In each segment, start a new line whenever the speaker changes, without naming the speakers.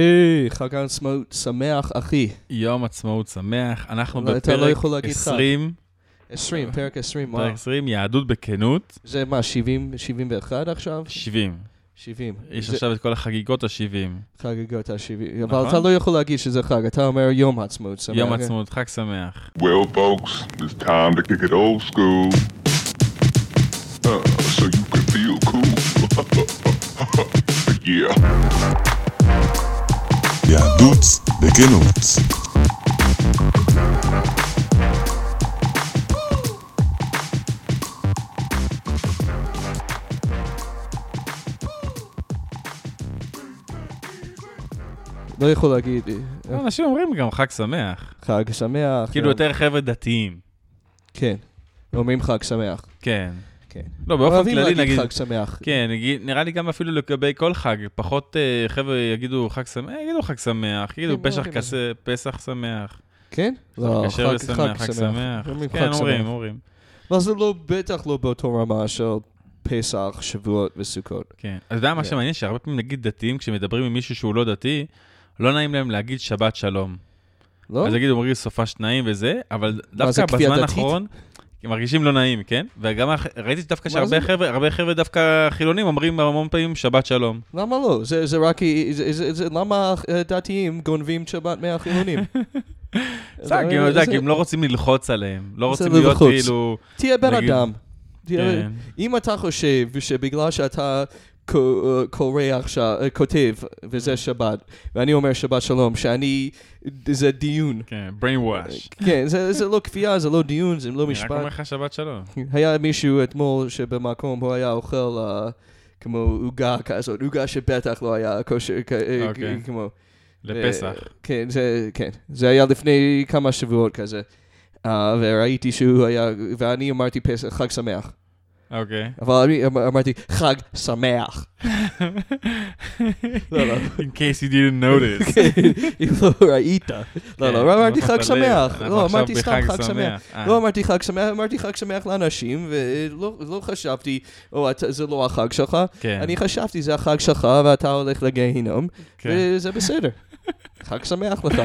היי, חג העצמאות שמח, אחי.
יום עצמאות שמח, אנחנו
לא, אתה לא
בפרק
יכול להגיד חג.
20,
20, פרק 20, וואו.
פרק 20, יהדות בכנות,
זה מה, 70, 71 עכשיו?
70.
70.
יש
זה
עכשיו את כל החגיגות ה-70.
חגיגות ה-70. אבל
נכון.
אתה לא יכול להגיד שזה חג, אתה אומר יום העצמאות שמח.
יום עצמאות, חג שמח.
Well, folks, it's time to kick it old school. Uh, so you can feel cool. yeah.
יהדות בכנות.
לא יכול להגיד אה, כן.
אנשים אומרים גם חג שמח.
חג שמח.
כאילו
יום-
יותר חבר'ה דתיים.
כן. אומרים חג שמח.
כן.
כן.
לא, באופן
אוהבים
כללי
להגיד
נגיד...
חג שמח.
כן, נגיד- נראה לי גם אפילו לגבי כל חג, פחות אה, חבר'ה יגידו חג שמח, יגידו חג שמח, יגידו
כן,
פסח
אוהבים את
כס- פסח שמח.
כן? לא,
כשר
חג
ושמח, חג שמח.
אומרים
כן,
חג
אומרים,
שמח.
אומרים.
אבל זה לא, בטח לא באותו רמה של פסח, שבועות וסוכות.
כן. אז אתה יודע מה
כן.
שמעניין? שהרבה פעמים נגיד דתיים, כשמדברים עם מישהו שהוא לא דתי, לא נעים להם להגיד שבת שלום.
לא?
אז יגידו, מרגיש סופה שניים וזה, אבל
זה
דווקא
כפייה
בזמן
דתית?
האחרון, הם מרגישים לא נעים, כן? וגם הח- ראיתי דווקא
מה
שהרבה
זה?
חבר'ה, הרבה חבר'ה דווקא חילונים אומרים המון פעמים שבת שלום.
למה לא? זה, זה רק... זה, זה, זה, למה הדתיים גונבים שבת מהחילונים?
בסדר, כי הם- אתה יודע, כי הם לא רוצים ללחוץ עליהם. לא רוצים
זה
להיות
ללחוץ.
כאילו...
תהיה בן
נגיד-
אדם. תהיה-
כן.
אם אתה חושב שבגלל שאתה ק- קורא עכשיו, אה, כותב,
Mm.
וזה שבת, ואני אומר שבת שלום, שאני... זה דיון.
כן, brainwash.
כן, זה זה לא כפייה, זה לא דיון, זה לא
אני רק
משפט. אה.
אומר לך שבת שלום.
היה מישהו אתמול שבמקום הוא היה אוכל אה, כמו עוגה כזאת, עוגה שבטח לא היה כושר, כ- אה,
אוקיי.
כמו...
לפסח.
אה, כן, זה, כן. זה היה לפני כמה שבועות כזה. Uh, וראיתי שהוא היה, ואני אמרתי פסח, חג שמח.
אוקיי.
אבל אני אמ- אמרתי, חג שמח. לא, כן. לא.
In case you didn't notice.
אם לא ראית. לא,
כן,
לא, אמרתי חג
שמת לב.
שמח.
אנחנו
לא,
עכשיו
אמרתי סתם
בחג
חג שמח.
אה.
לא אמרתי חג שמח, אמרתי חג שמח לאנשים, ולא לא חשבתי, או אתה- זה לא החג שלך.
כן,
אני חשבתי, זה החג שלך, ואתה הולך לגיהינום,
כן,
וזה בסדר. חג שמח לך.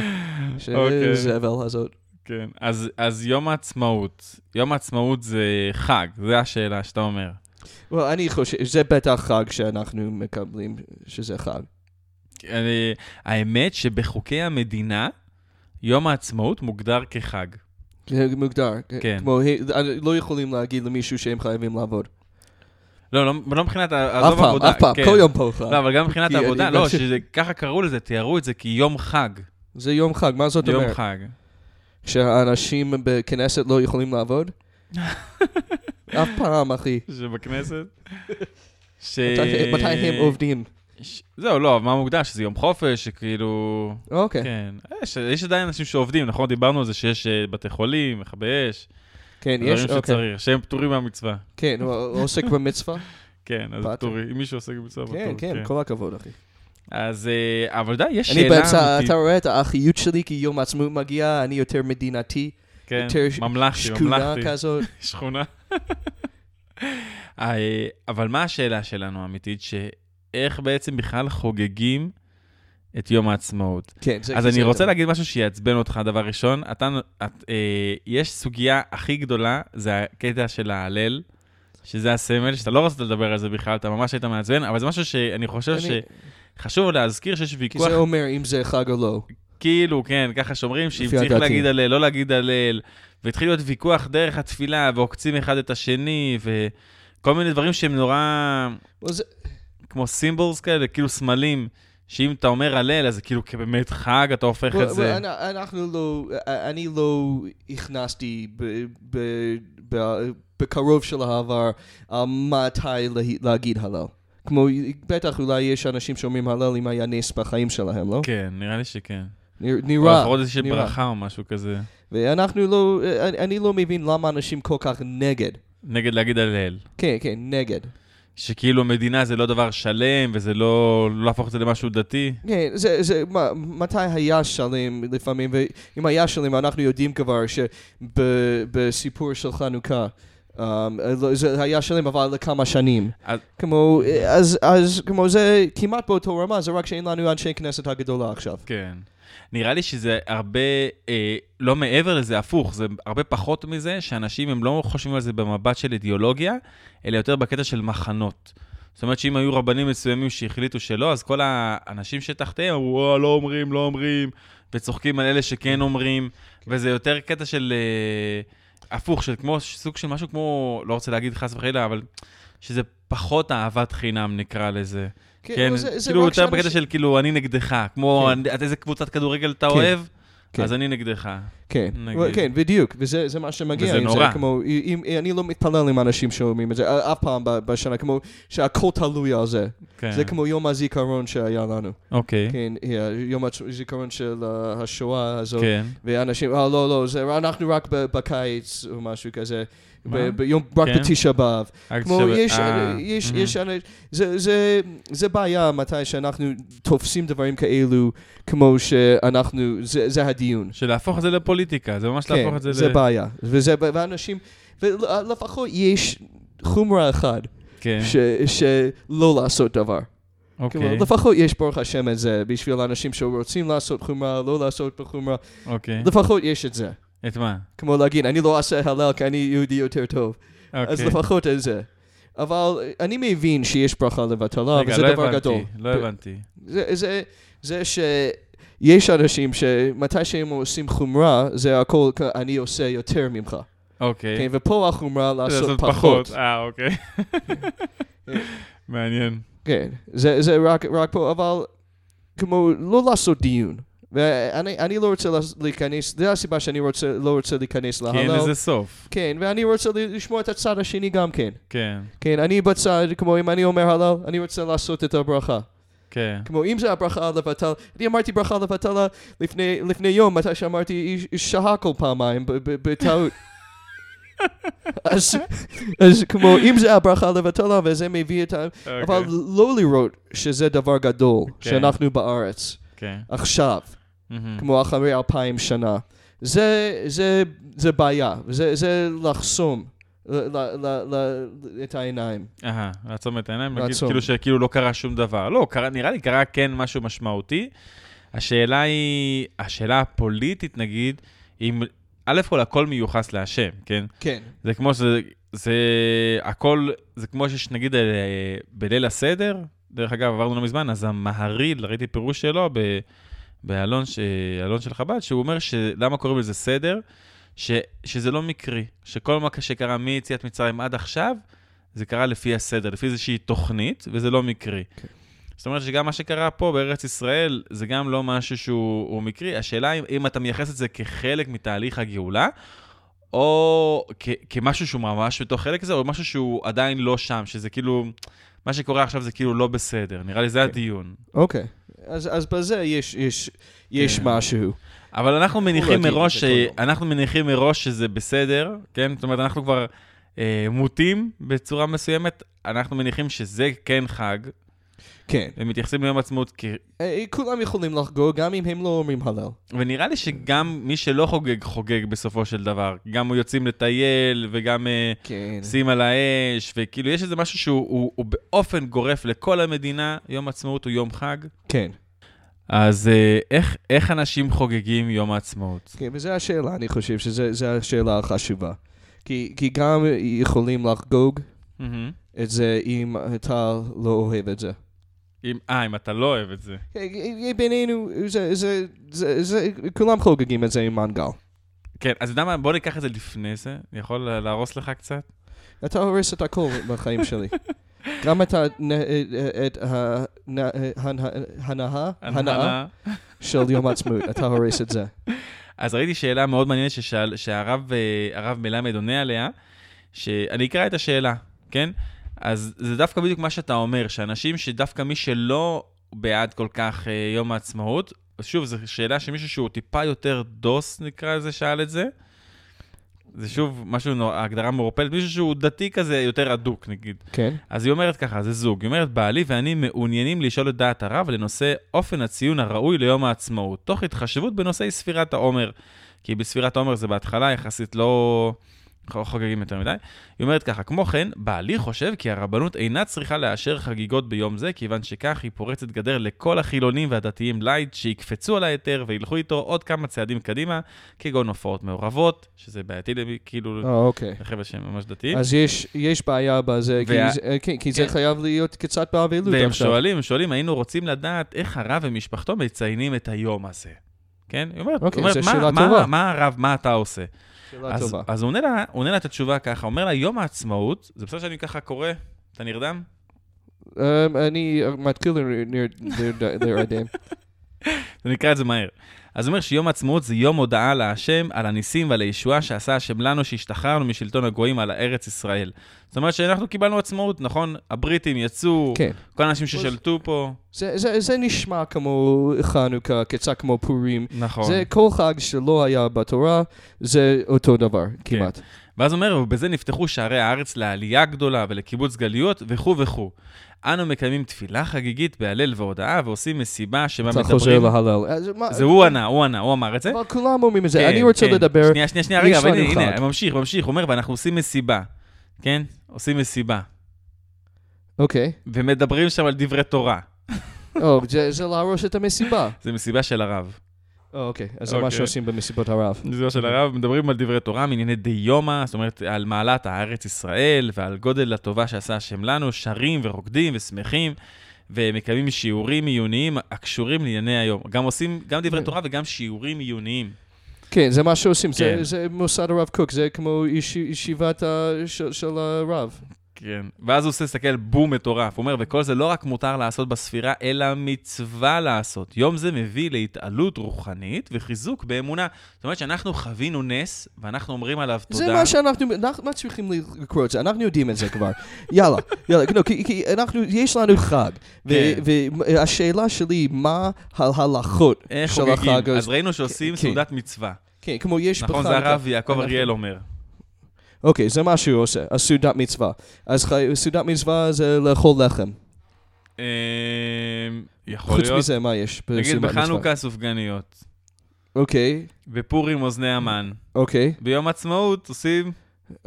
אוקיי.
שזבל הזאת.
כן. אז- אז יום העצמאות. יום העצמאות זה חג, זה השאלה שאתה אומר.
Well, אני חושב, זה בטח חג שאנחנו מקבלים שזה חג.
אני- האמת שבחוקי המדינה, יום העצמאות מוגדר כחג.
זה מוגדר.
כן.
כמו, אה, לא יכולים להגיד למישהו שהם חייבים לעבוד.
לא, לא- לא מבחינת, ה-
אף
עזוב
פעם,
עבודה.
אף פעם,
כן.
כל יום פה חג.
לא, אבל גם מבחינת
כי אני-
העבודה, לא, שזה- ככה קראו לזה, תיארו את זה כיום חג.
זה יום חג, מה זאת
יום
אומרת?
חג.
שהאנשים בכנסת לא יכולים לעבוד? אף פעם, אחי.
שבכנסת? ש...
מתי- מתי הם עובדים?
ש- זהו, לא, מה מוגדר? שזה יום חופש, שכאילו...
אוקיי.
כן. יש- יש עדיין אנשים שעובדים, נכון? דיברנו על זה שיש אה, בתי חולים, מכבי אש,
כן, יש,
דברים
אוקיי.
שצריך, שהם פטורים מהמצווה.
כן, הוא עוסק במצווה?
כן, אז
באתם.
פטורים. אם מישהו עוסק במצווה, פטור.
אוקיי. כן, כן, כל הכבוד, אחי.
אז, אה, אבל די, יש שאלה
אני
אמיתית.
באמצע, אתה רואה את האחיות שלי כי יום העצמאות מגיע, אני יותר מדינתי,
כן,
יותר ש-
ממלכתי,
שקולה
ממלכתי,
כזאת.
שכונה. אה, אבל מה השאלה שלנו האמיתית? שאיך בעצם בכלל חוגגים את יום העצמאות?
כן, זה
אז
כי
אני
זה
רוצה
דבר.
להגיד משהו שיעצבן אותך, דבר ראשון. אתה, את, אה, יש סוגיה הכי גדולה, זה הקטע של ההלל, שזה הסמל, שאתה לא רצית לדבר על זה בכלל, אתה ממש היית מעצבן, אבל זה משהו שאני חושב
אני-
שחשוב להזכיר שיש
כי
ויכוח
זה אומר אם זה חג או לא.
כאילו, כן, ככה שאומרים שאם
לפי
צריך
הדתי.
להגיד הלל, לא להגיד הלל, והתחיל להיות ויכוח דרך התפילה, ועוקצים אחד את השני, וכל מיני דברים שהם נורא
אבל זה-
כמו סימבולס כאלה, כאילו סמלים, שאם אתה אומר הלל, אז זה כאילו כבאמת חג, אתה הופך
אבל-
את זה.
אבל אנ- אנחנו לא, אני לא הכנסתי ב- ב- ב- בקרוב של העבר אה, מתי לה- להגיד הלל. כמו, בטח אולי יש אנשים שאומרים הלל אם היה נס בחיים שלהם, לא?
כן, נראה לי שכן.
נראה-
או
נראה.
לפחות איזושהי
נראה.
ברכה או משהו כזה,
ואנחנו לא, אני- אני לא מבין למה אנשים כל כך נגד.
נגד להגיד הלל.
כן, כן, נגד.
שכאילו מדינה זה לא דבר שלם, וזה לא, לא להפוך את זה למשהו דתי.
כן, זה, זה, מה, מתי היה שלם לפעמים, ואם היה שלם, אנחנו יודעים כבר שבסיפור של חנוכה, אמ, לא, זה היה שלם אבל לכמה שנים.
אז-
כמו, אז, אז כמו זה כמעט באותו רמה, זה רק שאין לנו אנשי כנסת הגדולה עכשיו.
כן. נראה לי שזה הרבה, אה, לא מעבר לזה, הפוך, זה הרבה פחות מזה, שאנשים הם לא חושבים על זה במבט של אידיאולוגיה, אלא יותר בקטע של מחנות. זאת אומרת שאם היו רבנים מסוימים שהחליטו שלא, אז כל האנשים שתחתיהם אמרו, "אה, לא אומרים, לא אומרים, וצוחקים על אלה שכן אומרים, וזה יותר קטע של אה, הפוך, של כמו, סוג של משהו כמו, לא רוצה להגיד חס וחלילה, אבל שזה פחות אהבת חינם נקרא לזה. כן,
כאילו, זה- זה
כאילו
רק
יותר בקטע
שאנשים-
של כאילו אני נגדך, כמו
כן.
אני- את איזה קבוצת כדורגל אתה
כן,
אוהב,
כן.
אז אני נגדך.
כן,
נגיד.
ו- כן, בדיוק, וזה זה מה שמגיע.
וזה
עם
נורא.
זה, כמו, אם, אם, אני לא מתפלל עם אנשים שאומרים את זה, אה, אף פעם ב- בשנה, כמו שהכל תלוי על זה.
כן,
זה כמו יום הזיכרון שהיה לנו.
אוקיי,
כן, אה, יום הצ- הזיכרון של אה, השואה הזאת.
כן,
ואנשים, אה, לא, לא, זה, אנחנו רק ב- בקיץ או משהו כזה.
מה?
ב- ביום, רק
כן.
בתשעה באב.
רק
כמו,
שווה-
יש,
אה,
יש,
מהמם.
יש, אנש- זה- זה- זה בעיה מתי שאנחנו תופסים דברים כאלו, כמו שאנחנו, זה זה הדיון.
של להפוך את זה לפוליטיקה, זה ממש להפוך את זה ל...
כן, זה בעיה. וזה, ואנשים, ולפחות יש חומרה אחת
כן,
ש- שלא לעשות דבר. כלומר,
אוקיי,
לפחות יש ברוך השם את זה, בשביל אנשים שרוצים לעשות חומרה, לא לעשות בחומרה,
אוקיי.
לפחות יש את זה.
את מה?
כמו להגיד, אני לא אעשה הלל כי אני יהודי יותר טוב. אז
אוקיי.
לפחות את זה. אבל אני מבין שיש ברכה לבטלה,
רגע,
אה, וזה
לא
דבר גדול.
הבנתי, לא הבנתי.
זה- זה- זה שיש אנשים שמתי שהם עושים חומרה, זה הכל, כ- אני עושה יותר ממך.
אוקיי.
כן, ופה החומרה לעשות
לעשות
פחות.
אה, אוקיי. מעניין.
כן, זה זה רק- רק פה, אבל כמו לא לעשות דיון. ואני אני לא רוצה לעס- להיכנס, זה הסיבה שאני רוצה- לא רוצה להיכנס
כי אין
להלל.
לזה סוף.
כן, ואני רוצה לשמוע את הצד השני גם כן.
כן,
כן, אני בצד, כמו אם אני אומר הלל, אני רוצה לעשות את הברכה.
כן.
כמו אם זה הברכה לבטל, אני אמרתי ברכה לבטלה לפני, לפני יום, מתי שאמרתי "איש- איש שהקל פעמיים, ב- ב- בטעות. אז, אז כמו אם זה הברכה לבטלה וזה מביא את ה...
אוקיי.
אבל לא לראות שזה דבר גדול,
כן.
שאנחנו בארץ,
כן.
עכשיו,
מהמם.
כמו אחרי אלפיים שנה. זה, זה, זה בעיה, זה, זה לחסום ל- ל- ל- ל- את העיניים.
אהה, לעצום את העיניים, להגיד
לעצום.
כאילו שכאילו לא קרה שום דבר. לא, קרה, נראה לי קרה כן משהו משמעותי. השאלה היא, השאלה הפוליטית נגיד, אם, א' כל הכל מיוחס להשם, כן?
כן.
זה כמו שזה, זה הכל, זה כמו שיש נגיד אה, בליל הסדר, דרך אגב, עברנו לא מזמן, אז המהריל, ראיתי פירוש שלו ב, באלון ש, אלון של חב"ד, שהוא אומר שלמה קוראים לזה סדר, ש, שזה לא מקרי, שכל מה שקרה מיציאת מצרים עד עכשיו, זה קרה לפי הסדר, לפי איזושהי תוכנית, וזה לא מקרי. זאת אומרת שגם מה שקרה פה בארץ ישראל, זה גם לא משהו שהוא הוא מקרי. השאלה אם, אם אתה מייחס את זה כחלק מתהליך הגאולה, או כ, כמשהו שהוא ממש בתוך חלק זה, או משהו שהוא עדיין לא שם, שזה כאילו, מה שקורה עכשיו זה כאילו לא בסדר. נראה לי זה
כן.
הדיון.
אוקיי. אז, אז בזה יש, יש, יש
כן.
משהו.
אבל אנחנו מניחים
להגיד
מראש,
את זה כל
ש- אנחנו מניחים מראש שזה בסדר, כן? זאת אומרת, אנחנו כבר אה, מוטים בצורה מסוימת, אנחנו מניחים שזה כן חג,
כן.
ומתייחסים ליום עצמאות כ...
אה, כולם יכולים לחגוג, גם אם הם לא אומרים הלל.
ונראה לי שגם מי שלא חוגג, חוגג בסופו של דבר. גם יוצאים לטייל, וגם אה,
כן.
שים על האש, וכאילו יש איזה משהו שהוא הוא, הוא באופן גורף לכל המדינה, יום עצמאות הוא יום חג.
כן.
אז אה, איך, איך אנשים חוגגים יום העצמאות?
כן, וזו השאלה, אני חושב שזו השאלה החשובה. כי, כי גם יכולים לחגוג
מהמם.
את זה אם אתה לא אוהב את זה.
אם- אה, אם אתה לא אוהב את זה.
כן, בינינו, זה, זה, זה, זה, כולם חוגגים את זה עם מנגל.
כן, אז אתה יודע מה, בוא ניקח את זה לפני זה. אני יכול לה- להרוס לך קצת?
אתה הורס את הכל בחיים שלי. גם את, הנ... את ה- הנ- הנאה, הנאה
הנאה.
של יום העצמאות, אתה הורס את זה.
אז ראיתי שאלה מאוד מעניינת ששאל, שהרב אה, הרב מלמד עונה עליה, שאני אקרא את השאלה, כן? אז זה דווקא בדיוק מה שאתה אומר, שאנשים שדווקא מי שלא בעד כל כך אה, יום העצמאות, אז שוב, זו שאלה שמישהו שהוא טיפה יותר דוס, נקרא לזה, שאל את זה. זה שוב משהו, נור- הגדרה מעורפלת, מישהו שהוא דתי כזה יותר אדוק, נגיד.
כן,
אז היא אומרת ככה, זה זוג, היא אומרת, בעלי ואני מעוניינים לשאול את דעת הרב לנושא אופן הציון הראוי ליום העצמאות, תוך התחשבות בנושאי ספירת העומר. כי בספירת העומר זה בהתחלה יחסית לא, ח- חוגגים יותר מדי. היא אומרת ככה, כמו כן, בעלי חושב כי הרבנות אינה צריכה לאשר חגיגות ביום זה, כיוון שכך היא פורצת גדר לכל החילונים והדתיים לייט שיקפצו על ההיתר וילכו איתו עוד כמה צעדים קדימה, כגון הופעות מעורבות, שזה בעייתי למי- כאילו
אה, אוקיי.
לחבר'ה שהם ממש דתיים.
אז יש, יש בעיה בזה, כי,
וה-
זה, אה, כן, כי זה
כן.
חייב להיות קצת באבלות
והם
עכשיו.
שואלים, שואלים, היינו רוצים לדעת איך הרב ומשפחתו מציינים את היום הזה. כן? היא אומרת,
אוקיי,
אומרת
זו
מה,
שאלה
מה,
טובה."
מה הרב, מה אתה עושה?
שאלה
אז,
טובה.
אז הוא עונה לה, הוא עונה לה את התשובה ככה, אומר לה, יום העצמאות, זה בסדר שאני ככה קורא? אתה נרדם?
אמ, אני מתחיל להירדם.
זה נקרא את זה מהר. אז הוא אומר שיום העצמאות זה יום הודעה להשם על הניסים ועל הישועה שעשה השם לנו שהשתחררנו משלטון הגויים על ארץ ישראל. זאת אומרת שאנחנו קיבלנו עצמאות, נכון? הבריטים יצאו,
כן.
כל האנשים ששלטו פה.
זה, זה, זה נשמע כמו חנוכה, קצת כמו פורים.
נכון.
זה כל חג שלא היה בתורה, זה אותו דבר
כן.
כמעט.
ואז הוא אומר, ובזה נפתחו שערי הארץ לעלייה גדולה ולקיבוץ גלויות וכו' וכו'. אנו מקיימים תפילה חגיגית בהלל והודאה ועושים מסיבה שבה
אתה
מדברים...
חוזר להלל. אז מה-
זה הוא ענה, הוא ענה, הוא אמר את זה.
אבל כולם אומרים את זה.
כן,
אני רוצה
כן.
לדבר.
שנייה, שנייה, שנייה,
מי
רגע,
שלנו
אבל הנה,
חג?
הנה, ממשיך, ממשיך, הוא אומר, ואנחנו עושים מסיבה, כן? עושים מסיבה,
אוקיי.
ומדברים שם על דברי תורה.
או, זה- זה להרוס את המסיבה.
זה מסיבה של הרב.
או, אוקיי, אז זה מה
אוקיי.
שעושים במסיבות הרב.
מסיבה של הרב, מדברים על דברי תורה, מענייני דיומא, זאת אומרת, על מעלת הארץ ישראל, ועל גודל הטובה שעשה השם לנו, שרים ורוקדים ושמחים. ומקיימים שיעורים עיוניים הקשורים לענייני היום. גם עושים, גם דברי תורה וגם שיעורים עיוניים.
כן, זה מה שעושים. זה-
כן.
זה מוסד הרב קוק, זה כמו יש- ישיבת ה- של- של הרב.
כן. ואז הוא עושה, מסתכל, בום מטורף. הוא אומר, וכל זה לא רק מותר לעשות בספירה, אלא מצווה לעשות. יום זה מביא להתעלות רוחנית וחיזוק באמונה. זאת אומרת שאנחנו חווינו נס, ואנחנו אומרים עליו תודה.
זה מה שאנחנו, אנחנו מה צריכים לקרוא את זה, אנחנו יודעים את זה כבר. יאללה, יאללה, לא, כי, כי אנחנו, יש לנו חג, ו-
כן.
והשאלה שלי, מה ההלכות
איך
של החג
חוגגים?
הזה?
אז ראינו שעושים
כן.
סעודת מצווה.
כן, כמו יש
נכון,
בחג-
זה הרב יעקב
אנחנו-
אריאל אומר.
אוקיי, זה מה שהוא עושה, אז סעודת מצווה. אז חי- סעודת מצווה זה לאכול לחם.
אמ, יכול
חוץ
להיות.
מזה, מה יש
נגיד
בסעודת מצווה?
בחנוכה סופגניות,
אוקיי,
בפורים אוזני המן,
אוקיי,
ביום עצמאות עושים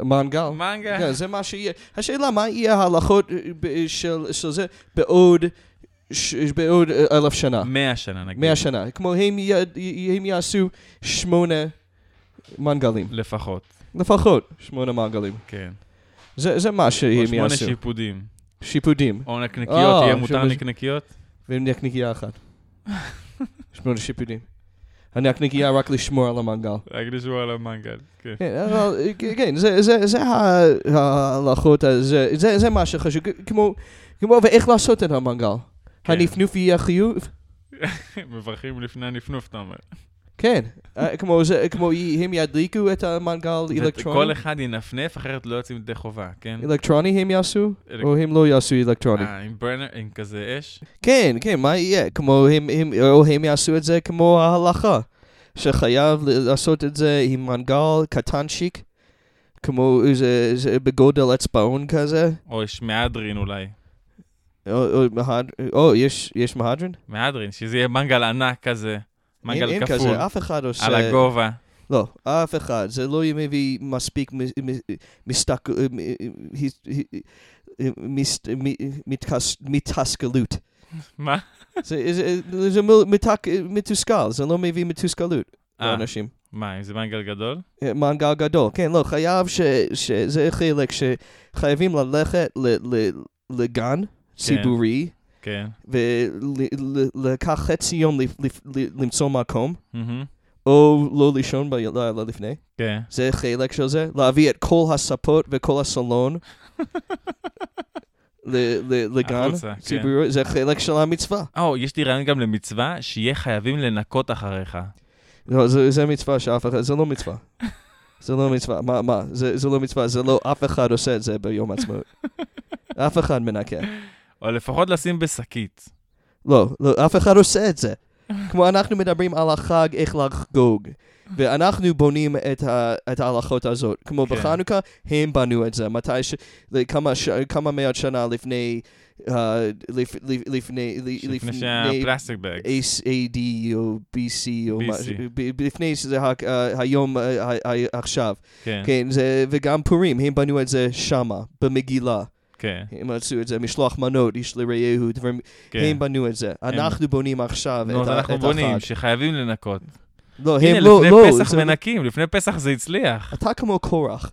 מנגל.
מנגה.
כן, זה מה שיהיה. השאלה, מה יהיה ההלכות אה, ב- של של זה בעוד ש- בעוד, אה, אלף שנה?
100 שנה נגיד.
100 שנה. כמו הם, י, י- הם יעשו שמונה מנגלים.
לפחות,
לפחות שמונה מנגלים.
כן.
זה, זה מה
או
שהם
שמונה
יעשו.
שיפודים.
שיפודים.
או נקניקיות,
אה,
יהיה מותר
שבש-
נקניקיות?
ונקניקייה אחת. שמונה שיפודים. הנקניקייה רק לשמור על המנגל.
רק לשמור על המנגל, כן.
כן, אבל, כן, זה, זה, זה ה- ההלכות, הזה. זה, זה מה שחשוב, כמו, כמו, ואיך לעשות את המנגל.
כן.
הנפנוף יהיה חיוב?
מברכים לפני הנפנוף, אתה אומר.
כן, אה, כמו זה, כמו הם ידליקו את המנגל
כל
אלקטרוני?
אחד ינפנף, אחרת לא יוצאים ידי חובה, כן?
אלקטרוני הם יעשו?
אלק-
או הם לא יעשו אלקטרוני?
אה, עם ברנר, עם כזה אש?
כן, כן, מה יהיה? כמו הם, הם, או הם יעשו את זה כמו ההלכה, שחייב ל- לעשות את זה עם מנגל קטנצ'יק, כמו איזה, זה בגודל אצבעון כזה.
או יש מהדרין אולי.
או, או, מהד- או יש, יש מהדרין?
מהדרין, שזה יהיה מנגל ענק כזה.
אין-
מנגל
אין
כפול.
כזה, אף אחד עושה...
על הגובה.
לא, אף אחד. זה לא מביא מספיק מ- מ- מסתק- אה, מ- מ- אה, מס- מ- מתכס- מתסכלות.
מה?
זה- זה- זה מ- מתק- מתוסכל, זה לא מביא מתוסכלות
אה,
לאנשים.
מה, אם זה מנגל גדול?
מנגל אה, גדול, כן, לא, חייב ש... שזה חלק שחייבים ללכת ל- ל- לגן ציבורי
כן.
ולקח חצי יום לפ- לפ- למצוא מקום,
מהמם.
או לא לישון בלילה לפני.
כן.
זה חלק של זה, להביא את כל הספות וכל הסלון ל- ל- לגן
החוצה, כן.
ציבורי, זה חלק של המצווה.
או, יש לי רעיון גם למצווה, שיהיה חייבים לנקות אחריך.
לא, זה, זה מצווה שאף אחד, זה לא מצווה. זה לא מצווה, מה, מה, זה, זה לא מצווה, זה לא, אף אחד עושה את זה ביום העצמאות. אף אחד מנקה.
או לפחות לשים בשקית.
אה, לא, לא, אף אחד עושה את זה. כמו אנחנו מדברים על החג, איך לחגוג. ואנחנו בונים את, ה, את ההלכות הזאת. כמו
כן.
כן. בחנוכה, הם בנו את זה. מתי ש... כמה, ש, כמה מאות שנה לפני... Uh, לפ, לפ, לפני... אה,
לפני שהפלסטיק בג.
AD או BC או
BC.
משהו, ב- לפני שזה ה- ה- היום ה- ה- ה- עכשיו,
כן,
כן, זה, וגם פורים, הם בנו את זה שמה, במגילה,
כן,
הם עשו את זה, משלוח מנות, איש לרעהו, דברים,
כן.
הם בנו את זה, אנחנו בונים עכשיו
נו,
את
אז
ה-
אנחנו
את
בונים
החג.
שחייבים לנקות.
לא, הם
הנה,
לא,
לפני
לא,
פסח
זה-
מנקים, לפני פסח זה הצליח.
אתה כמו קורח,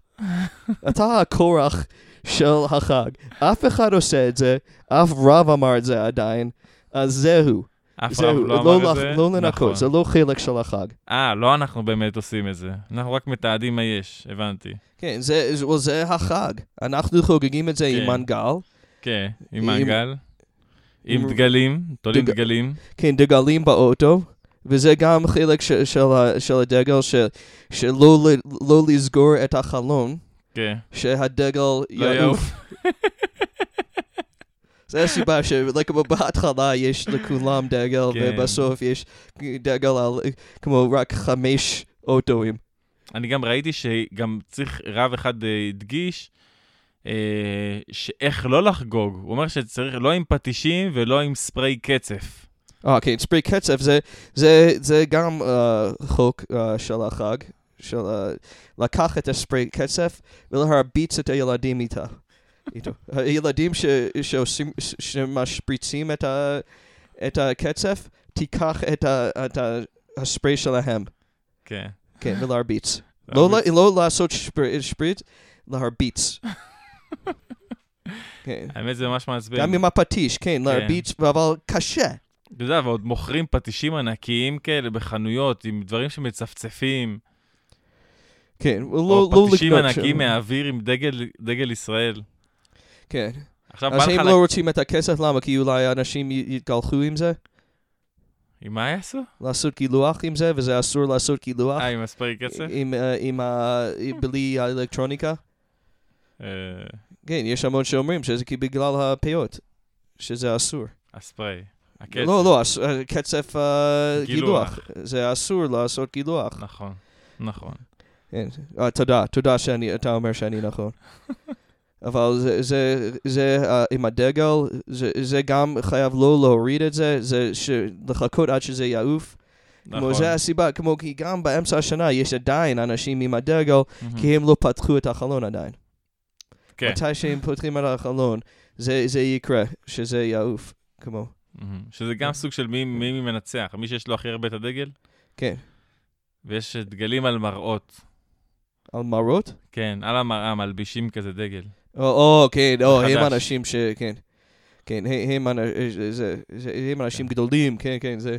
אתה הקורח של החג, אף אחד עושה את זה, אף רב אמר את זה עדיין, אז זהו,
אף רב
זהו,
לא אמר
לא
את זה.
לח- לא
נכון.
לנקות, זה לא חלק של החג.
אה, לא אנחנו באמת עושים את זה. אנחנו רק מתעדים מה יש, הבנתי.
כן, זה, זה, well, זה החג. אנחנו חוגגים את זה
כן.
עם מנגל.
כן, עם
עם-
מעגל, עם
עם-
דגלים, תולים
דג-
דגלים.
כן, דגלים באוטו. וזה גם חלק ש, של, ה- של הדגל, ש, שלא ל- לא לסגור את החלון,
כן,
שהדגל
לא
יעוף.
יעוף.
זה הסיבה ש... like, בהתחלה יש לכולם דגל,
כן.
ובסוף יש דגל על כמו רק חמש אוטואים.
אני גם ראיתי שגם צריך, רב אחד אה, הדגיש אה, שאיך לא לחגוג. הוא אומר שצריך לא עם פטישים ולא עם ספרי קצף.
אה, כן, ספרי קצב זה, זה, זה גם uh, חוק uh, של החג, של uh, לקח את הספרי קצב ולהרביץ את הילדים איתה. איתו. הילדים ש, שעושים, ש- שמשפריצים את, ה, את הקצב, תיקח את, ה, את ה, הספרי שלהם,
כן.
כן, ולהרביץ. לא, ל- לא לעשות שפר- שפריץ, להרביץ. כן.
האמת זה ממש מעצבן.
גם עם הפטיש, כן, להרביץ, אבל קשה.
אתה יודע, ועוד מוכרים פטישים ענקיים כאלה בחנויות, עם דברים שמצפצפים.
כן, לא, לא
או
לקנות.
פטישים ענקיים
שם.
מהאוויר עם דגל- דגל ישראל.
כן.
עכשיו בא
אז
לך...
הם
לה-
לא רוצים את הכסף, למה? כי אולי אנשים י- יתגלחו עם זה?
עם מה יעשו?
לעשות גילוח עם זה, וזה אסור לעשות גילוח?
אה, עם הספרי קצף?
עם, אה, עם ה... בלי האלקטרוניקה?
אה,
כן, יש המון שאומרים שזה כי בגלל הפאות, שזה אסור.
הספרי. הקצף.
לא, לא, אס- אה, קצף אה,
גילוח.
גילוח. זה אסור לעשות גילוח.
נכון, נכון.
כן. אה, תודה, תודה שאתה אומר שאני נכון. אבל זה, זה, זה אה, עם הדגל, זה, זה גם חייב לא להוריד את זה, זה ש- לחכות עד שזה יעוף.
נכון.
כמו זה הסיבה, כמו כי גם באמצע השנה יש עדיין אנשים עם הדגל,
מהמם.
כי הם לא פתחו את החלון עדיין.
Mm. כן.
מתי שהם פותחים את החלון, זה, זה יקרה, שזה יעוף, כמו.
מהמם. Mm-hmm. שזה גם סוג של מי מי מי מנצח, מי שיש לו הכי הרבה את הדגל,
כן.
ויש דגלים על מראות.
על מרות?
כן, על המראה מלבישים כזה דגל.
או, או, כן, או,
זה
הם
חדש.
אנשים ש... כן. כן, הם, הם, אנ- זה- זה- זה- הם אנשים גדולים, כן, כן, זה...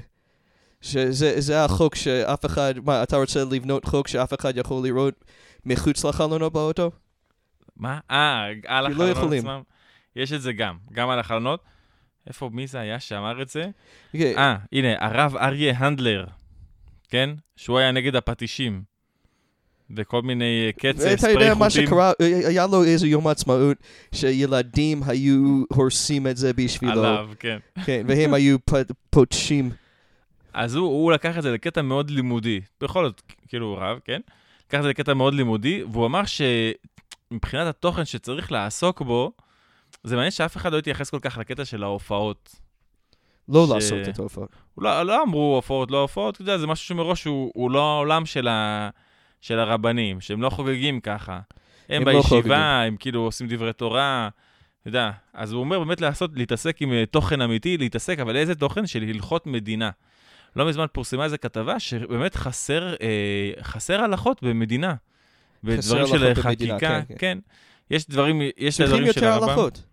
שזה, זה החוק שאף אחד, מה, אתה רוצה לבנות חוק שאף אחד יכול לראות מחוץ לחלונות באוטו?
מה? אה, על
כי לא
החלונות
יכולים.
עצמם? יש את זה גם, גם על החלונות. איפה, מי זה היה שאמר את זה?
כן,
אה, הנה, הרב אריה הנדלר, כן? שהוא היה נגד הפטישים. וכל מיני אה, קצף, ספרי חוטים.
אתה יודע מה שקרה, היה לו איזה יום עצמאות שילדים היו הורסים את זה בשבילו.
עליו, כן.
כן, והם היו פ- פוטשים.
אז הוא, הוא לקח את זה לקטע מאוד לימודי, בכל זאת, כאילו הוא רב, כן? לקח את זה לקטע מאוד לימודי, והוא אמר שמבחינת התוכן שצריך לעסוק בו, זה מעניין שאף אחד לא התייחס כל כך לקטע של ההופעות.
לא
ש-
לעשות את ההופעות.
הוא לא, לא אמרו הופעות, לא הופעות, אתה יודע, זה משהו שמראש הוא, הוא לא העולם של, ה, של הרבנים, שהם לא חוגגים ככה. הם,
הם לא חוגגים.
בישיבה, הם כאילו עושים דברי תורה, אתה יודע. אז הוא אומר באמת לעשות, להתעסק עם אה, תוכן אמיתי, להתעסק, אבל איזה תוכן? של הלכות מדינה. לא מזמן פורסמה איזו כתבה שבאמת חסר, אה, חסר הלכות במדינה. בדברים של
הלכות
חקיקה,
במדינה,
כן,
כן,
כן. יש דברים, יש את
צריכים
הדברים של
יותר
הרמב"ם.
הלכות.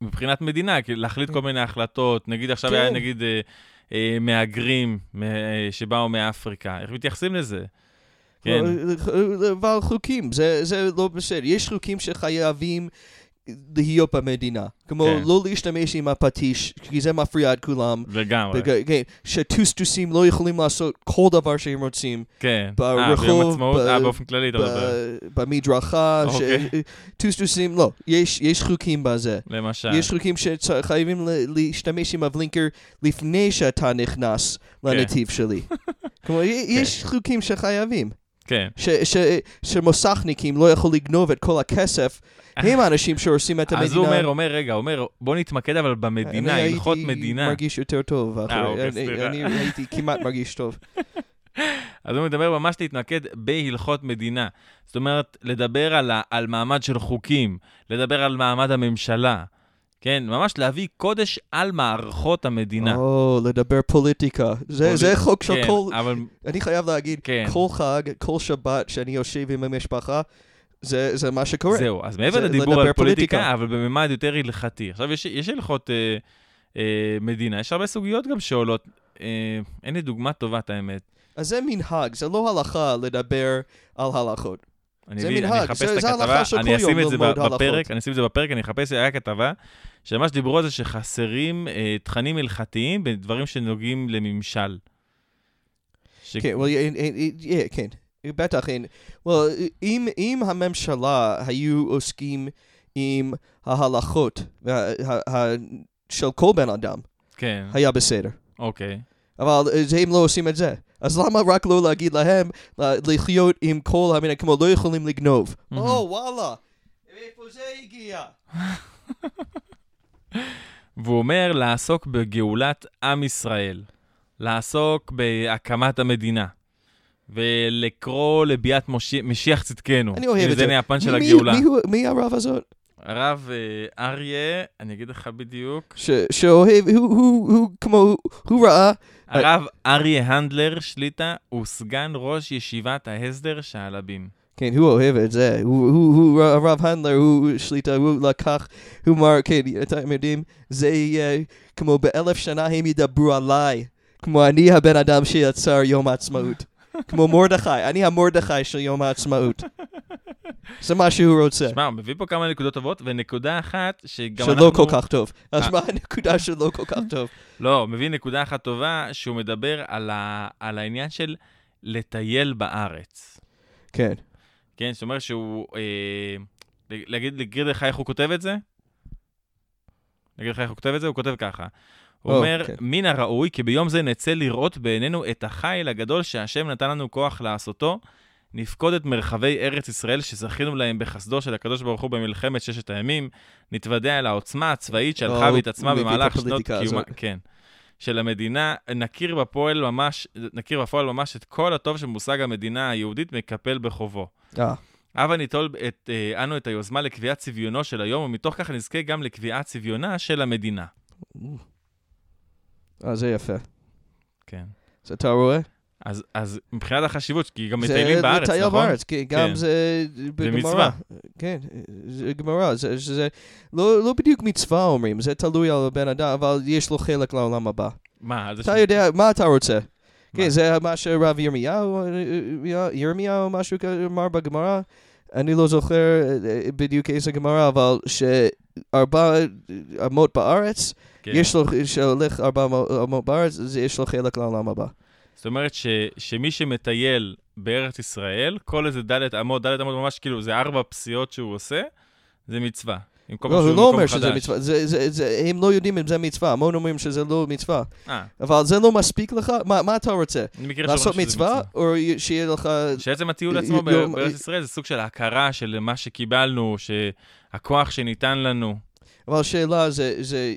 מבחינת מדינה, כאילו להחליט כל מיני החלטות, נגיד עכשיו היה
כן.
נגיד אה, אה, מהגרים אה, שבאו מאפריקה, איך מתייחסים לזה? כן,
Uh, אבל חוקים, זה זה לא בסדר. יש חוקים שחייבים להיות במדינה. כמו
כן.
לא להשתמש עם הפטיש, כי זה מפריע את כולם.
לגמרי,
בג- כן, שטוסטוסים לא יכולים לעשות כל דבר שהם רוצים.
כן. אה, ביום
ברחוב,
עצמאות,
ב-
אה, באופן כללי אתה מדבר,
ב- במדרכה, ש-
אוקיי.
טוסטוסים, לא, יש יש חוקים בזה.
למשל.
יש חוקים שחייבים להשתמש עם הבלינקר לפני שאתה נכנס לנתיב שלי. כלומר,
אוקיי.
יש חוקים שחייבים.
כן.
ש, ש, שמוסכניקים לא יכול לגנוב את כל הכסף, הם האנשים שהורסים את המדינה.
אה. אז הוא אומר, אומר, רגע, אומר, בוא נתמקד אבל במדינה, הלכות
אני
מדינה.
הייתי מרגיש יותר טוב, אחרי-
אוקיי,
אני-
סליחה.
אני הייתי כמעט מרגיש טוב.
אז הוא מדבר ממש להתמקד בהלכות מדינה. זאת אומרת, לדבר על, ה- על מעמד של חוקים, לדבר על מעמד הממשלה. כן, ממש להביא קודש על מערכות המדינה.
או, לדבר פוליטיקה. זה זה חוק של
כן,
כל...
אבל
אני חייב להגיד,
כן.
כל חג, כל שבת שאני יושב עם המשפחה, זה זה מה שקורה.
זהו, אז
זה-
מעבר לדיבור
לדבר
על פוליטיקה,
פוליטיקה.
אבל בממד יותר הלכתי. עכשיו, יש- יש הלכות אה, אה, מדינה, יש הרבה סוגיות גם שעולות. אה, אין לי דוגמה טובה, את האמת.
אז זה מנהג, זה לא הלכה לדבר על הלכות.
אני
זה
אביא- אני
מנהג,
אחפש
זה-
את
זה
הכתבה,
הלכה של
אני
כל יום
אשים את זה
ללמוד
ב-
הלכות.
בפרק, אני אשים את זה בפרק, אני אחפש, היה כתבה שממש דיברו על זה שחסרים אה, תכנים הלכתיים בדברים שנוגעים לממשל. ש-
כן, well, אין- אין- אין- yeah, כן, בטח אין. Well, אם, אם הממשלה היו עוסקים עם ההלכות וה- ה- ה- של כל בן אדם,
כן,
היה בסדר.
אוקיי.
אבל אה, זה- הם לא עושים את זה. אז למה רק לא להגיד להם ל- לחיות עם כל המדינה, כמו לא יכולים לגנוב?
Mm-hmm.
או, וואלה, איפה זה הגיע?
והוא אומר לעסוק בגאולת עם ישראל, לעסוק בהקמת המדינה, ולקרוא לביאת מושיע- משיח צדקנו.
אני אוהב
הנה,
את זה.
זה נהפן של
מי-
הגאולה.
מי הוא- מי הרב הזאת?
הרב אה, אריה, אני אגיד לך בדיוק,
ש- שאוהב, הוא- הוא הוא כמו, הוא ראה אה.
הרב אריה הנדלר שליטה הוא סגן ראש ישיבת ההסדר שעלבים.
כן, הוא אוהב את זה. הוא, הוא, הוא, הרב הנדלר, הוא שליטה, הוא לקח, הוא אמר, כן, אתם יודעים, זה יהיה כמו באלף שנה הם ידברו עליי, כמו אני הבן אדם שיצר יום העצמאות. כמו מרדכי, אני המרדכי של יום העצמאות. זה מה שהוא רוצה,
שמע, הוא מביא פה כמה נקודות טובות, ונקודה אחת שגם אנחנו...
שלא כל כך טוב. אז
אה.
מה הנקודה שלא כל כך טוב?
לא, הוא מביא נקודה אחת טובה, שהוא מדבר על, ה... על העניין של לטייל בארץ.
כן.
כן, זאת אומרת שהוא... אה... ל- להגיד, להגיד לך איך הוא כותב את זה? להגיד לך איך הוא כותב את זה? הוא כותב ככה. הוא
או,
אומר,
כן.
מן הראוי כי ביום זה נצא לראות בעינינו את החיל הגדול שהשם נתן לנו כוח לעשותו, נפקוד את מרחבי ארץ ישראל שזכינו להם בחסדו של הקדוש ברוך הוא במלחמת ששת הימים, נתוודע אל העוצמה הצבאית שהלכה
לא,
והתעצמה
הוא מביא את
במהלך שנות
הפוליטיקה
קיומה,
הזאת.
כן, של המדינה, נכיר בפועל ממש, נכיר בפועל ממש את כל הטוב שמושג המדינה היהודית מקפל בחובו.
אה,
הבה ניטול את, אה, אנו את היוזמה לקביעת צביונו של היום, ומתוך כך נזכה גם לקביעת צביונה של המדינה.
אה, זה יפה.
כן.
אז אתה רואה?
אז, אז מבחינת החשיבות, כי גם
זה
מטיילים בארץ,
לטייל
נכון?
בארץ, כן, גם
כן.
זה בגמרא.
מצווה.
כן, זה גמרא, זה, זה לא, לא בדיוק מצווה אומרים, זה תלוי על הבן אדם, אבל יש לו חלק לעולם הבא.
מה, אז יש...
אתה יודע, מה אתה רוצה?
מה?
כן, זה מה שרב ירמיהו, אה, אה, ירמיהו, משהו כזה, אמר בגמרא. אני לא זוכר אה, בדיוק איזה גמרא, אבל שארבע אמות בארץ,
כן.
יש לו, שהולך ארבע אמות בארץ, אז יש לו חלק לעולם הבא.
זאת אומרת ש, שמי שמטייל בארץ ישראל, כל איזה דלת אמות, דלת אמות ממש כאילו, זה ארבע פסיעות שהוא עושה, זה מצווה. עם כל
לא,
פעם שהוא
הוא לא אומר
במקום
שזה
חדש.
מצווה, זה- זה- זה- הם לא יודעים אם זה מצווה, המון אומרים שזה לא מצווה.
אה,
אבל זה לא מספיק לך? מה, מה אתה רוצה?
אני מכיר שאומרים
לעשות
שזה
מצווה, או שיהיה לך...
שעצם הטיול
י-
עצמו
י- יום-
ב- בארץ ישראל זה סוג של ההכרה של מה שקיבלנו, שהכוח שניתן לנו.
אבל השאלה זה... זה...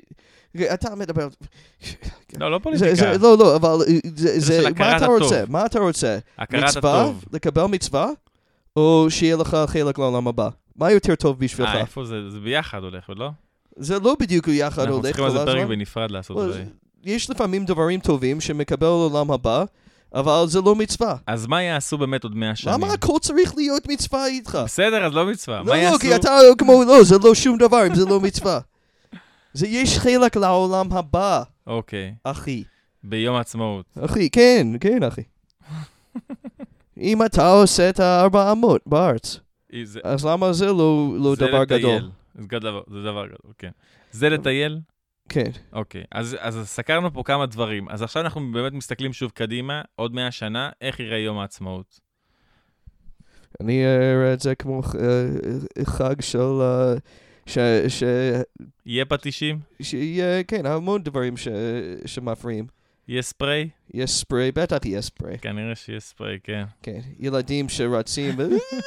אתה מדבר...
לא, לא
זה,
פוליטיקה,
זה, לא, לא, אבל זה,
של
זה,
הכרת
מה אתה
הטוב.
רוצה? מה אתה רוצה?
הכרת
מצווה?
הטוב.
לקבל מצווה? או שיהיה לך חלק לעולם הבא? מה יותר טוב בשבילך?
אה, איפה זה? זה ביחד הולך, לא?
זה לא בדיוק יחד
אנחנו
הולך
צריכים
כל
על זה פרק
הזמן.
בנפרד לעשות.
לא,
אולי.
יש לפעמים דברים טובים שמקבל עולם הבא, אבל זה לא מצווה.
אז מה יעשו באמת עוד 100 שנים?
למה הכל צריך להיות מצווה איתך?
בסדר, אז לא מצווה.
לא,
מה
לא,
יעשו?
כי אתה כמו, לא, זה לא שום דבר אם זה לא מצווה. זה יש חלק לעולם הבא,
אוקיי,
אחי.
ביום העצמאות.
אחי, כן, כן, אחי. אם אתה עושה את הארבע אמות בארץ,
אי, זה-
אז למה זה לא, לא
זה
דבר
לטייל.
גדול?
זה גדול- זה דבר גדול, כן. זה לטייל?
כן,
אוקיי. אז אז סקרנו פה כמה דברים. אז עכשיו אנחנו באמת מסתכלים שוב קדימה, עוד 100 שנה, איך יראה יום העצמאות.
אני אה, אראה את זה כמו אה, אה, חג של... אה, ש... ש...
יהיה פטישים?
שיהיה, כן, המון דברים ש... שמפריעים.
יהיה ספרי?
יש ספרי, בטח יש ספרי.
כנראה שיהיה ספרי, כן.
כן, ילדים שרצים, אה, ו-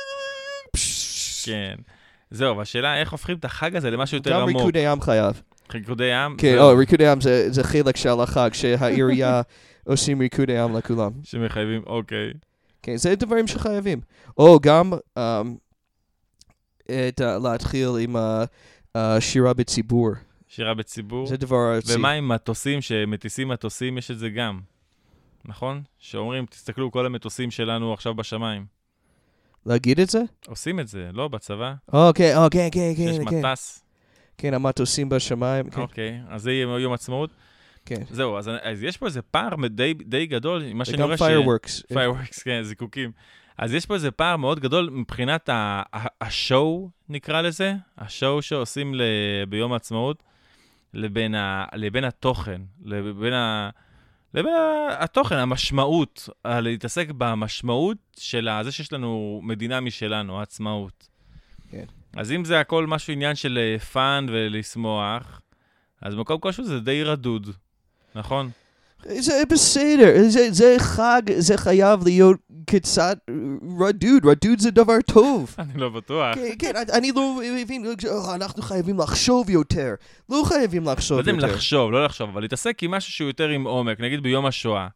כן. זהו, והשאלה איך הופכים את החג הזה למשהו יותר
גם
עמוק.
ריקודי ים חייב.
ריקודי ים.
כן,
זהו,
או, ריקודי ים זה- זה חלק של החג, שהעירייה עושים ריקודי ים לכולם.
שמחייבים, אוקיי.
כן, זה דברים שחייבים. או גם אמ, את ה- להתחיל עם ה- השירה בציבור.
שירה בציבור.
זה דבר ארצי.
ומה עם מטוסים, שמטיסים מטוסים, יש את זה גם. נכון? שאומרים, תסתכלו, כל המטוסים שלנו עכשיו בשמיים.
להגיד את זה?
עושים את זה, לא? בצבא?
אוקיי, אוקיי, כן,
שיש
כן, כן.
מטס. כן.
כן, המטוסים בשמיים. כן,
אוקיי, אז זה יהיה יום עצמאות.
כן.
זהו, אז, אז יש פה איזה פער די, די גדול, ממה שאני
וגם
רואה ש...
פיירוורקס.
פיירוורקס, כן, זיקוקים. אז יש פה איזה פער מאוד גדול מבחינת ה- ה- השואו, נקרא לזה, השואו שעושים ל- ביום העצמאות, לבין, ה- לבין התוכן, לבין, ה- לבין ה- התוכן, המשמעות, ה- להתעסק במשמעות של ה- זה שיש לנו מדינה משלנו, העצמאות.
כן.
אז אם זה הכל משהו עניין של אה, פאן ולשמוח, אז במקום כלשהו זה די רדוד, נכון?
זה בסדר, זה- זה חג, זה חייב להיות קצת רדוד, רדוד זה דבר טוב.
אני לא בטוח.
כן, כן, אני לא מבין, "אה, אנחנו חייבים לחשוב יותר. לא חייבים לחשוב
לא
יותר.
יודע אם לחשוב, לא לחשוב, אבל להתעסק עם משהו שהוא יותר עם עומק, נגיד ביום השואה.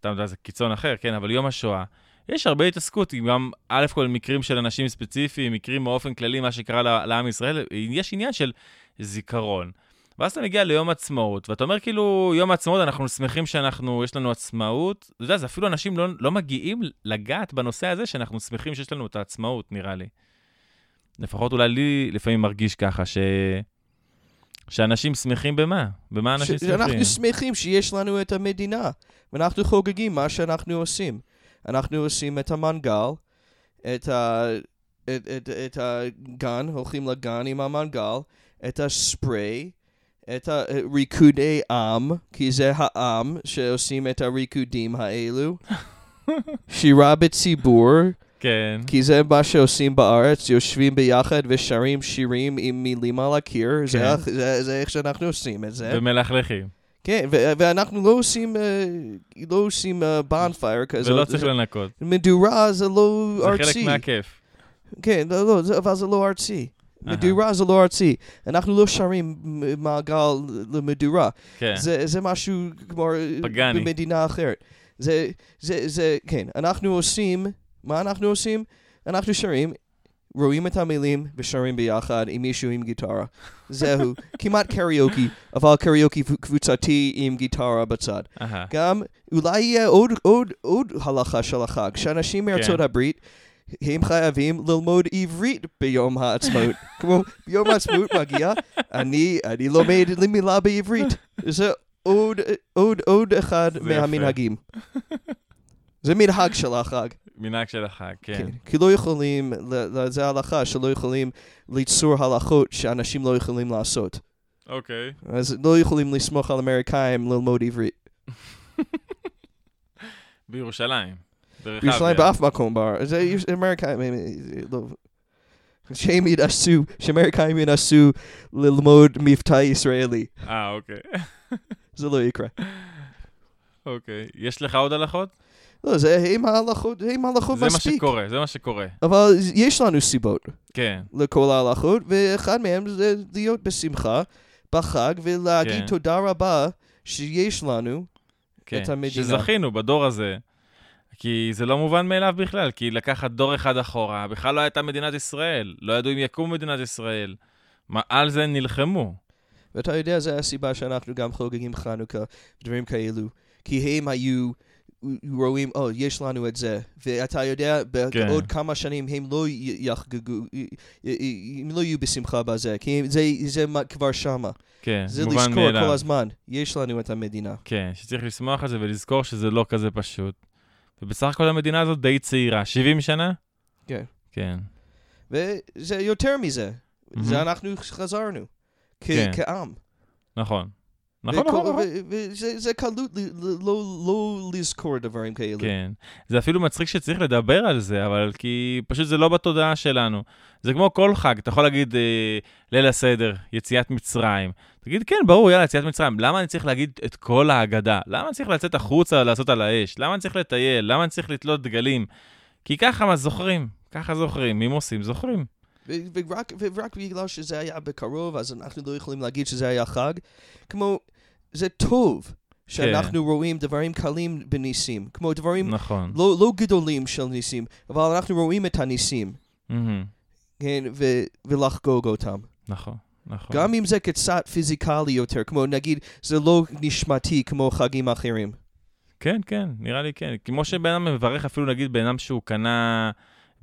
אתה יודע, זה קיצון אחר, כן, אבל יום השואה. יש הרבה התעסקות, עם גם, א' כל מקרים של אנשים ספציפיים, מקרים באופן כללי, מה שקרה ל- לעם ישראל, יש עניין של זיכרון. ואז אתה מגיע ליום עצמאות, ואתה אומר כאילו, יום העצמאות, אנחנו שמחים שאנחנו, יש לנו עצמאות. אתה יודע, זה אפילו אנשים לא, לא מגיעים לגעת בנושא הזה שאנחנו שמחים שיש לנו את העצמאות, נראה לי. לפחות אולי לי לפעמים מרגיש ככה, ש... שאנשים שמחים במה? במה אנשים
ש-
שמחים?
אנחנו שמחים שיש לנו את המדינה, ואנחנו חוגגים מה שאנחנו עושים. אנחנו עושים את המנגל, את, ה... את, את, את הגן, הולכים לגן עם המנגל, את הספרי, את הריקודי עם, כי זה העם שעושים את הריקודים האלו. שירה בציבור,
כן.
כי זה מה שעושים בארץ, יושבים ביחד ושרים שירים עם מילים על הקיר,
כן.
זה, איך- זה, זה איך שאנחנו עושים את זה.
ומלכלכים.
כן, ו- ואנחנו לא עושים, אה, לא עושים בונפייר כזה.
ולא צריך לנקות.
מדורה זה לא
זה חלק
ארצי.
מהכיף.
כן, לא, לא, זה- אבל זה לא ארצי.
אהה.
מדורה זה לא ארצי. אנחנו לא שרים מ- מעגל למדורה.
כן.
זה, זה משהו כמו... אה,
פגאני.
במדינה אחרת. זה, זה, זה, כן, אנחנו עושים, מה אנחנו עושים? אנחנו שרים, רואים את המילים ושרים ביחד עם מישהו עם גיטרה. זהו, כמעט קריוקי, אבל קריוקי קבוצתי עם גיטרה בצד.
אהה.
גם אולי יהיה עוד, עוד, עוד הלכה של החג,
כן.
שאנשים מארצות הברית, הם חייבים ללמוד עברית ביום העצמאות. כמו יום העצמאות מגיע, אני, אני לומד לי מילה בעברית. זה עוד, עוד, עוד אחד
זה יפה.
מהמנהגים. זה מנהג של החג.
מנהג של החג, כן.
כי לא יכולים, ל- ל- זה הלכה שלא יכולים ליצור הלכות שאנשים לא יכולים לעשות.
אוקיי.
אז לא יכולים לסמוך על אמריקאים ללמוד עברית.
בירושלים. ברחביה.
בירושלים באף מקום בארץ. זה יש- אמריקאים, אה, אה, לא. שהם ינסו, שאמריקאים ינסו ללמוד מבטא ישראלי.
אה, אוקיי.
זה לא יקרה.
אוקיי. יש לך עוד הלכות?
לא, זה הם ההלכות, הם ההלכות
זה מה
מספיק.
שקורה, זה מה שקורה.
אבל יש לנו סיבות
כן.
לכל ההלכות, ואחד מהם זה להיות בשמחה, בחג, ולהגיד
כן.
תודה רבה שיש לנו.
כן,
את המדינה.
שזכינו בדור הזה. כי זה לא מובן מאליו בכלל, כי לקחת דור אחד אחורה, בכלל לא הייתה מדינת ישראל, לא ידעו אם יקום מדינת ישראל. מה, על זה נלחמו.
ואתה יודע, זו הסיבה שאנחנו גם חוגגים חנוכה, דברים כאלו. כי הם היו רואים, או, oh, יש לנו את זה. ואתה יודע,
כן.
בעוד כמה שנים הם לא י- יחגגו, י- י- הם לא יהיו בשמחה בזה, כי הם- זה, זה מה- כבר שמה.
כן,
זה
מובן
לזכור
מאליו.
כל הזמן, יש לנו את המדינה.
כן, שצריך לשמוח על זה ולזכור שזה לא כזה פשוט. ובסך הכל המדינה הזאת די צעירה, 70 שנה?
כן.
כן,
וזה יותר מזה,
Mhm.
זה אנחנו חזרנו, כ-
כן.
כעם.
נכון. נכון, נכון,
וכל-
נכון.
ו- וזה זה קלות ל- ל- לא- לא לזכור דברים כאלו.
כן. זה אפילו מצחיק שצריך לדבר על זה, אבל כי פשוט זה לא בתודעה שלנו. זה כמו כל חג, אתה יכול להגיד אה, ליל הסדר, יציאת מצרים. תגיד, כן, ברור, יאללה, יציאת מצרים. למה אני צריך להגיד את כל ההגדה? למה אני צריך לצאת החוצה לעשות על האש? למה אני צריך לטייל? למה אני צריך לתלות דגלים? כי ככה מה זוכרים, ככה זוכרים. אם עושים, זוכרים.
ו- ורק, ורק בגלל שזה היה בקרוב, אז אנחנו לא יכולים להגיד שזה היה חג. כמו, זה טוב שאנחנו רואים דברים קלים בניסים. כמו דברים
כן. נכון.
לא, לא גדולים של ניסים, אבל אנחנו רואים את הניסים,
מהמם.
כן, ו- ולחגוג אותם.
נכון, נכון.
גם אם זה קצת פיזיקלי יותר, כמו נגיד, זה לא נשמתי כמו חגים אחרים.
כן, כן, נראה לי כן. כמו שבן אדם מברך אפילו, נגיד, בן אדם שהוא קנה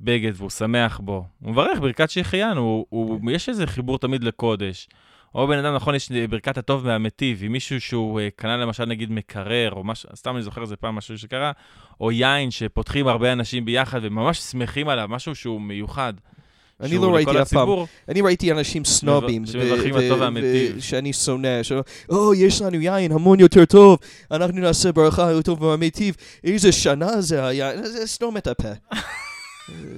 בגד והוא שמח בו. הוא מברך ברכת שהחיינו, הוא,
כן.
הוא, יש איזה חיבור תמיד לקודש. או בן אדם, נכון, יש ברכת הטוב והמיטיב, עם מישהו שהוא אה, קנה למשל, נגיד, מקרר, או משהו, סתם אני זוכר איזה פעם משהו שקרה, או יין שפותחים הרבה אנשים ביחד וממש שמחים עליו, משהו שהוא מיוחד.
אני
שהוא
לא
לכל
ראיתי אף פעם.
הציבור.
אני ראיתי אנשים סנובים.
שמברכים
ו-
הטוב
ו-
והמיטיב.
ו- שאני שונא, ש- או, יש לנו יין המון יותר טוב, אנחנו נעשה ברכה יותר טוב והמיטיב. איזה שנה זה היה, זה סתום את הפה.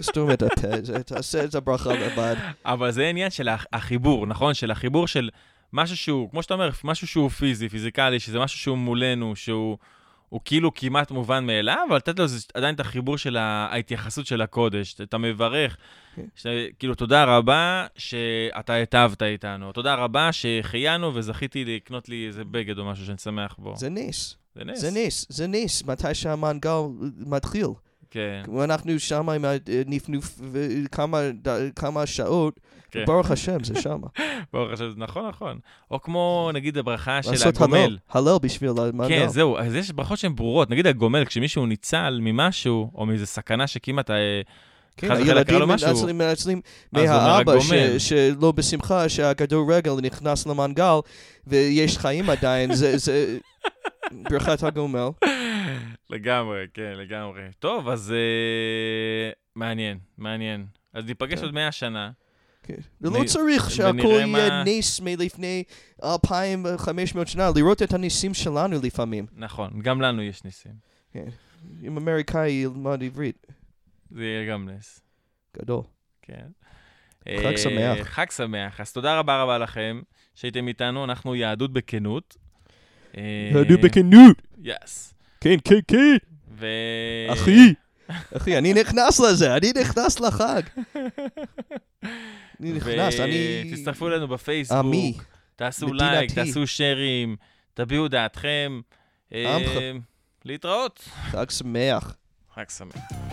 סתום את הפה, זה- תעשה את הברכה לבד.
אבל זה עניין של הח- החיבור, נכון? של החיבור של משהו שהוא, כמו שאתה אומר, משהו שהוא פיזי, פיזיקלי, שזה משהו שהוא מולנו, שהוא הוא כאילו כמעט מובן מאליו, אבל לתת לו זה עדיין את החיבור של ה- ההתייחסות של הקודש. אתה מברך,
כן.
ש- כאילו, תודה רבה שאתה היטבת איתנו, תודה רבה שהחיינו וזכיתי לקנות לי איזה בגד או משהו שאני שמח בו.
זה נס,
זה נס.
זה נס, זה נס, מתי שהמנגל מתחיל.
כן,
אנחנו שם עם הנפנוף ו- כמה ד- כמה שעות,
כן.
ברוך השם, זה שם.
ברוך השם, נכון, נכון. או כמו, נגיד, הברכה של
לעשות
הגומל.
הלל, הלל בשביל המנגל.
כן, זהו, אז יש ברכות שהן ברורות. נגיד הגומל, כשמישהו ניצל ממשהו, או מאיזה סכנה שכמעט... אה,
כן,
חס וחלילה קרה
הילדים
לו משהו.
מנצלים, מנצלים
אז הוא אומר,
מהאבא ש-
הגומל.
שלא בשמחה שהכדורגל נכנס למנגל ויש חיים עדיין, זה- זה ברכת הגומל.
לגמרי, כן, לגמרי. טוב, אז אה, מעניין, מעניין. אז ניפגש
כן.
עוד 100 שנה.
כן. ולא
נ-
צריך שהכל
ונראה
יהיה
מה-
נס מלפני 2,500 שנה, לראות את הניסים שלנו לפעמים.
נכון, גם לנו יש ניסים.
אם אמריקאי ילמד עברית,
זה יהיה גם נס,
גדול.
כן.
חג שמח.
אה, חג שמח. אז תודה רבה רבה לכם שהייתם איתנו, אנחנו יהדות בכנות. אה,
בכנות,
יס.
כן, כן, כן,
ו... אה.
אחי, אני נכנס לזה, אני נכנס לחג. אני נכנס, אני...
תצטרפו אלינו בפייסבוק.
עמי.
תעשו
מדינתי.
לייק, תעשו שרים, תביעו דעתכם. אה,
עמך.
להתראות.
חג שמח.
חג שמח.